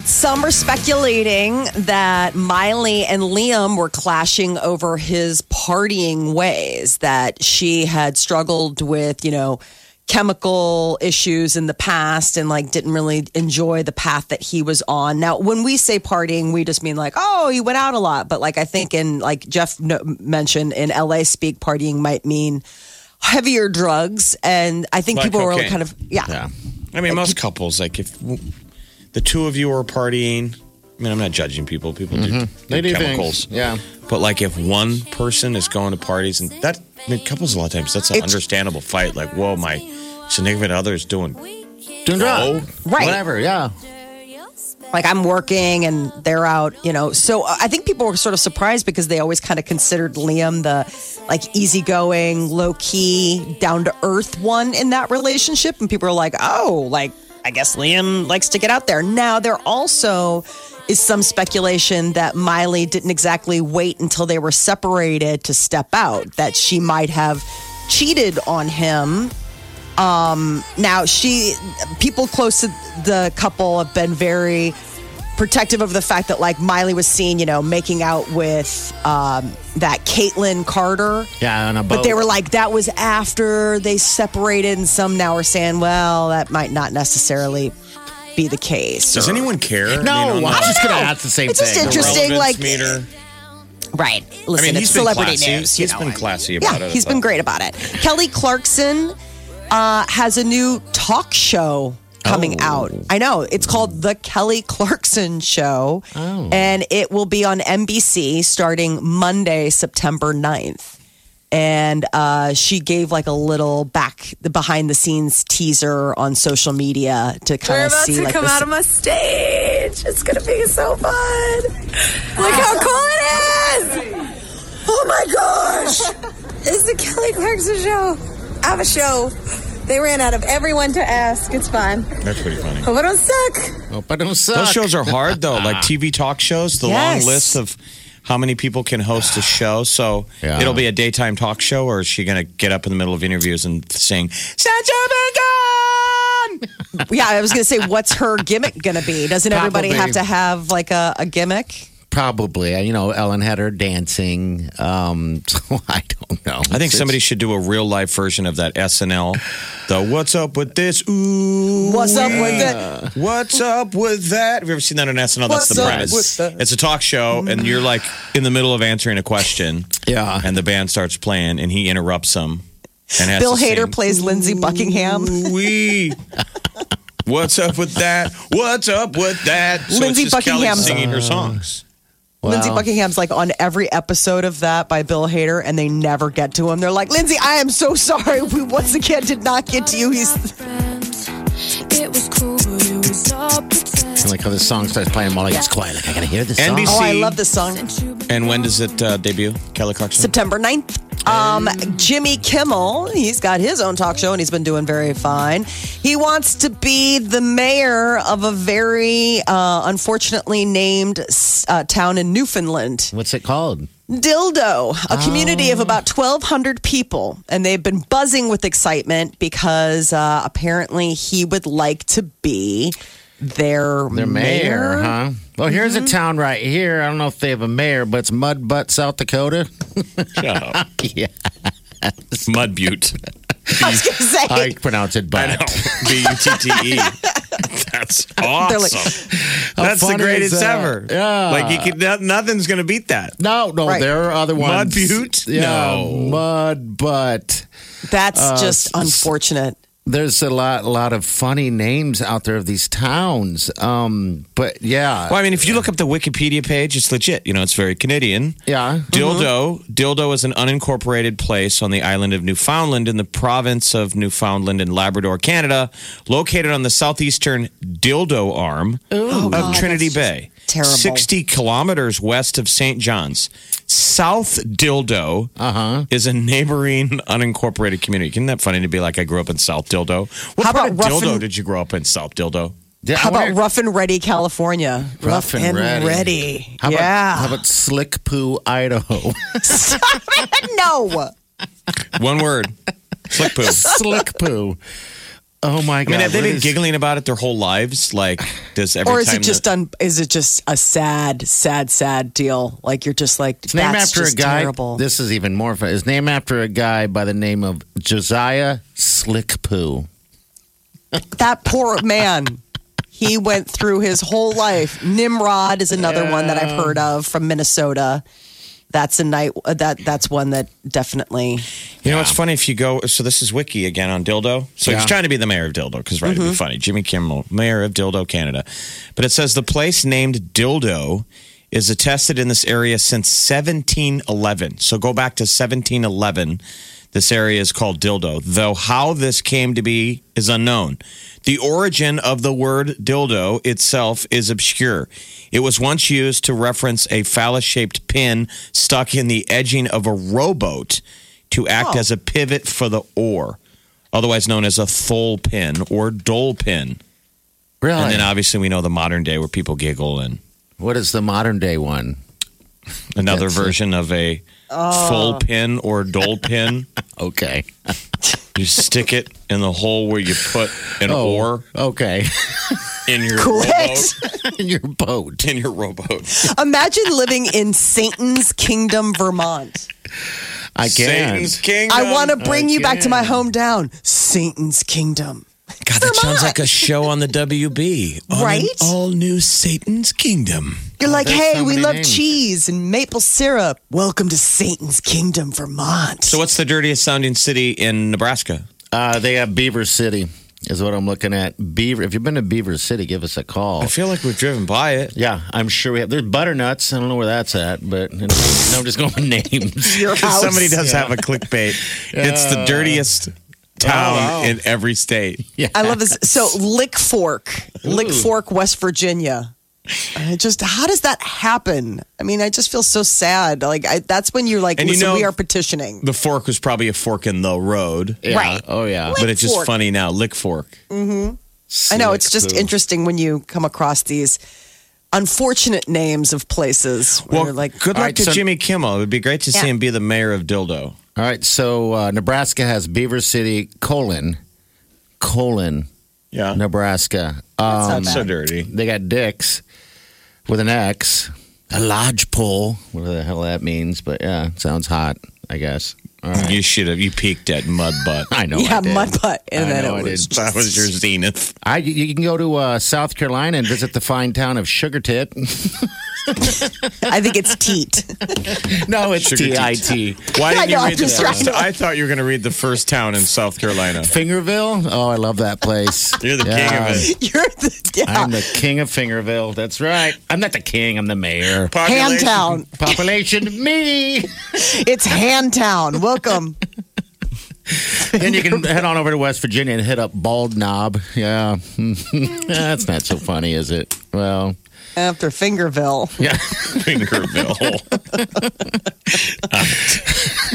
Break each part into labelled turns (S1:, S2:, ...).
S1: Some are speculating that Miley and Liam were clashing over his partying ways, that she had struggled with, you know, chemical issues in the past and like didn't really enjoy the path that he was on. Now, when we say partying, we just mean like, oh, he went out a lot. But like I think in like Jeff no- mentioned in LA speak, partying might mean heavier drugs. And I think
S2: Like
S1: people were
S2: cocaine.
S1: kind of, yeah.
S2: Yeah. I mean, most couples, like if w- the two of you are partying, I mean, I'm not judging people. People do,
S3: Mm-hmm. They do
S2: chemicals.
S3: things. Yeah.
S2: But like if one person is going to parties and that, I mean, couples a lot of times, that's an
S1: It's-
S2: understandable fight. Like, whoa, my significant other is doing
S3: Doing drugs.
S1: Right.
S3: Whatever. Yeah.
S1: like I'm working and they're out, you know. So uh, I think people were sort of surprised because they always kind of considered Liam the like easygoing, low key, down to earth one in that relationship. And people are like, oh, like I guess Liam likes to get out there. Now there also is some speculation that Miley didn't exactly wait until they were separated to step out, that she might have cheated on him now she people close to the couple have been very protective of the fact that like miley was seen you know making out with um, that caitlyn carter
S3: Yeah. On a boat.
S1: but they were like that was after they separated and some now are saying well that might not necessarily be the case
S2: Does
S1: or-
S2: anyone care?
S3: No,
S2: I mean, on
S3: I was
S2: the
S3: just gonna ask the same
S1: It's just
S3: thing.
S1: interesting. like-
S2: relevance meter.
S1: right
S2: I
S1: listen
S2: mean,
S1: it's
S2: he's been
S1: celebrity
S2: classy.
S1: news you
S2: He's
S1: know.
S2: been classy
S1: yeah
S2: about it. I
S1: he's been
S2: thought.
S1: great about it kelly clarkson uh, has a new talk show coming
S2: Oh.
S1: out i know it's called the kelly clarkson show
S2: Oh.
S1: and it will be on nbc starting monday september 9th and uh, she gave like a little back the behind the scenes teaser on social media to kind
S4: We're
S1: of
S4: about
S1: see
S4: to
S1: like
S4: come
S1: this-
S4: out of my stage. It's gonna be so fun. Look how cool it is! Oh my gosh! It's the Kelly Clarkson show. I have a show. They ran out of everyone to ask. It's fine.
S2: That's pretty funny.
S4: But we don't suck.
S3: Oh, but don't suck.
S2: Those shows are hard though, like TV talk shows. The
S1: Yes.
S2: long list of how many people can host a show. So
S3: Yeah.
S2: it'll be a daytime talk show, or is she going to get up in the middle of interviews and sing "Sancho Bacon"?
S1: yeah i was gonna say what's her gimmick gonna be doesn't everybody have
S3: Probably.
S1: to have like a, a gimmick
S3: Probably. uh, You know, Ellen had her dancing. Um, so I don't know.
S2: I think
S3: It's-
S2: somebody should do a real life version of that SNL. The "What's up with this?" Ooh,
S1: what's up with it
S2: What's up with that? Have you ever seen that on SNL? That's the
S1: What's up
S2: premise.
S1: with that?
S2: It's a talk show, and you're like in the middle of answering a question.
S3: Yeah.
S2: And the band starts playing, and he interrupts them. And has
S1: Bill
S2: to
S1: Hader
S2: sing,
S1: plays Lindsey Buckingham.
S2: Wee. What's up with that? What's up with that? So
S1: Lindsey
S2: it's just Kelly
S1: Buckingham.
S2: singing her songs.
S1: Lindsey Buckingham's like on every episode of that by Bill Hader, and they never get to him. They're like, Lindsey, I am so sorry. We once again did not get to you. He's
S5: It was cool, but it was all pretend.
S3: I like how this song starts playing while like, it's quiet. Like, I got to hear this song.
S2: NBC.
S1: oh, I love this song.
S2: And when does it uh, debut? Kelly Clarkson.
S1: September 9th. Um, Jimmy Kimmel, he's got his own talk show and he's been doing very fine. He wants to be the mayor of a very uh, unfortunately named uh, town in Newfoundland.
S3: What's it called?
S1: Dildo, a community of about 1,200 people, and they've been buzzing with excitement because uh, apparently he would like to be their,
S3: Their mayor, huh? Well, here's
S1: Mm-hmm.
S3: a town right here. I don't know if they have a mayor, but it's Mud Butt, South Dakota. yeah.
S2: Mud Butte.
S1: I was going to say,
S3: I pronounce it butt.
S2: B U T T E. That's
S1: They're like-
S2: awesome. That's the
S3: funny is
S2: greatest
S3: that?
S2: ever.
S3: Yeah.
S2: Like you could, no- nothing's going to beat that.
S3: No, no,
S1: Right.
S3: there are other
S2: Mud
S3: ones.
S2: Butte?
S3: Yeah,
S2: No.
S3: Mud Butt. uh,
S1: that's just unfortunate.
S3: there's a lot, lot of funny names out there of these towns. Um, but yeah,
S2: Well, I mean, if you look up the Wikipedia page, it's legit. You know, it's very Canadian.
S3: yeah,
S2: Dildo.
S3: Mm-hmm.
S2: Dildo is an unincorporated place on the island of Newfoundland in the province of Newfoundland and Labrador, Canada, located on the southeastern Dildo Arm of Trinity Bay.
S1: Oh, terrible.
S2: 60 kilometers west of St. John's. South Dildo
S3: Uh-huh.
S2: is a neighboring unincorporated community. Isn't that funny to be like, I grew up in South Dildo? What
S1: How
S2: part
S1: about
S2: of Dildo
S1: Ruffin-
S2: did you grow up in, South Dildo?
S3: Yeah, I
S1: How about
S3: wonder-
S1: Rough and Ready, California?
S3: Rough and ready.
S1: ready.
S3: How about,
S1: yeah.
S3: How about Slick Poo, Idaho?
S1: no.
S2: One word. Slick poo.
S3: Slick Poo. Oh my
S2: I
S3: god!
S2: mean, have they
S3: what
S2: been
S3: is-
S2: giggling about it their whole lives? Like, does every
S1: Or is
S2: time
S1: it just
S2: the-
S1: un, is it just a sad, sad, sad deal? Like you're just like
S3: It's named
S1: that's
S3: after a
S1: just
S3: guy.
S1: terrible.
S3: This is even more fun. It's named after a guy by the name of Josiah Slick Poo.
S1: that poor man. He went through his whole life. Nimrod is another one that I've heard of from Minnesota. That's a night uh, that that's one that definitely
S2: you know? It's funny if you go. So this is Wiki again on Dildo. So he's
S3: Yeah.
S2: trying to be the mayor of Dildo because right, it'd be funny. Jimmy Kimmel, mayor of Dildo, Canada. But it says the place named Dildo is attested in this area since 1711. So go back to 1711. This area is called Dildo, though how this came to be is unknown. The origin of the word dildo itself is obscure. It was once used to reference a phallus shaped pin stuck in the edging of a rowboat to act as a pivot for the oar, otherwise known as a thole pin or dole pin.
S3: Really?
S2: And then obviously we know the modern day where people giggle and
S3: what is the modern day one?
S2: another
S3: That's it.
S2: version of a full pin or dole pin.
S3: Okay.
S2: You stick it in the hole where you put an oar
S3: okay.
S2: in your rowboat.
S1: quit.
S3: In your boat.
S2: in your rowboat.
S1: Imagine living in Satan's Kingdom, Vermont.
S3: I can.
S2: Satan's kingdom.
S1: I
S3: Oh,
S1: want to bring you back to my hometown, Satan's Kingdom.
S2: God, that sounds like a show on the WB. on an
S1: Right?
S2: all new Satan's kingdom.
S1: You're like,
S3: there's
S1: hey,
S3: so
S1: we
S3: many
S1: love
S3: names."
S1: cheese and maple syrup. Welcome to Satan's Kingdom, Vermont.
S2: So, what's the dirtiest sounding city in Nebraska?
S3: Uh, they have Beaver City, is what I'm looking at. Beaver. If you've been to Beaver City, give us a call.
S2: I feel like we've driven by it.
S3: Yeah, I'm sure we have. There's butternuts. I don't know where that's at, but you know, no, I'm just going with names.
S1: Your house.
S2: Somebody does have a clickbait. It's the dirtiest town in every state.
S1: I love this. So Lick Fork, Lick Fork, West Virginia. I just how does that happen? I mean, I just feel so sad. Like I, that's when you're like,
S2: And you
S1: listen,
S2: know-
S1: we are petitioning.
S2: The fork was probably a fork in the road,
S3: Yeah.
S1: Right.
S3: Oh yeah.
S2: but it's just
S1: fork.
S2: funny now. Lick fork.
S1: I know it's just interesting when you come across these unfortunate names of places. Where
S2: Well,
S1: you're like
S2: good luck
S3: All right,
S2: to
S3: so-
S2: Jimmy Kimmel. It would be great to see him be the mayor of Dildo.
S3: All right. So uh, Nebraska has Beaver City colon colon
S2: Yeah.
S3: Nebraska.
S1: that's
S3: Um,
S1: not
S2: so
S1: bad.
S2: dirty.
S3: they got dicks with an X, a lodgepole, whatever the hell that means. But yeah, sounds hot. I guess. All right.
S2: You should have. You peaked at mud butt.
S3: I know.
S1: yeah,
S3: I did.
S1: mud butt, and
S3: I
S1: then
S3: know
S1: it
S3: I
S1: was
S3: did.
S1: just-
S2: That was your zenith.
S3: I, you can go to uh, South Carolina and visit the fine town of Sugar Tit.
S1: I think it's teat.
S3: no, it's
S2: Sugar
S3: T
S2: Tit.
S3: I T.
S2: Why
S1: I
S2: didn't
S1: know,
S2: you
S1: I'm
S2: read the
S1: just trying
S2: first?
S1: to-
S2: I thought you were going to read the first town in South Carolina.
S3: Fingerville. Oh, I love that place.
S2: You're the
S3: Yeah.
S2: king of it.
S1: You're the yeah,
S3: I'm the king of Fingerville. That's right. I'm not the king. I'm the mayor.
S1: hand town.
S3: Population me.
S1: It's hand town. Welcome.
S3: Then you can head on over to West Virginia and hit up Bald Knob. Yeah. That's not so funny, is it? Well,
S1: After Fingerville.
S3: yeah.
S2: Fingerville.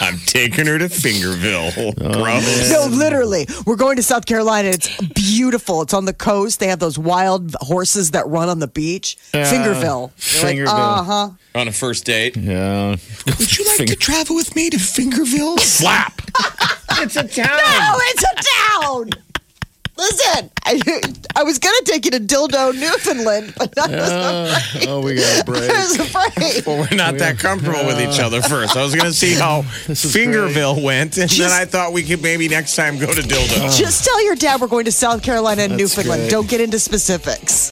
S2: I'm, I'm taking her to Fingerville, bro.
S1: No, literally. We're going to South Carolina. It's beautiful. It's on the coast. They have those wild horses that run on the beach. Fingerville.
S3: Fingerville.
S1: Uh huh.
S2: On a first date.
S3: yeah.
S2: Would you like to travel with me to Fingerville? Slap.
S3: It's a town.
S1: Oh, it's a town. Listen, I, I was going to take you to Dildo, Newfoundland, but I was,
S3: oh, we got a break.
S1: I was afraid.
S2: Well, we're not that comfortable with each other first. I was going to see how
S3: is
S2: Fingerville went, and then I thought we could maybe next time go to Dildo.
S1: Just tell your dad we're going to South Carolina and Newfoundland.
S3: great.
S1: Don't get into specifics.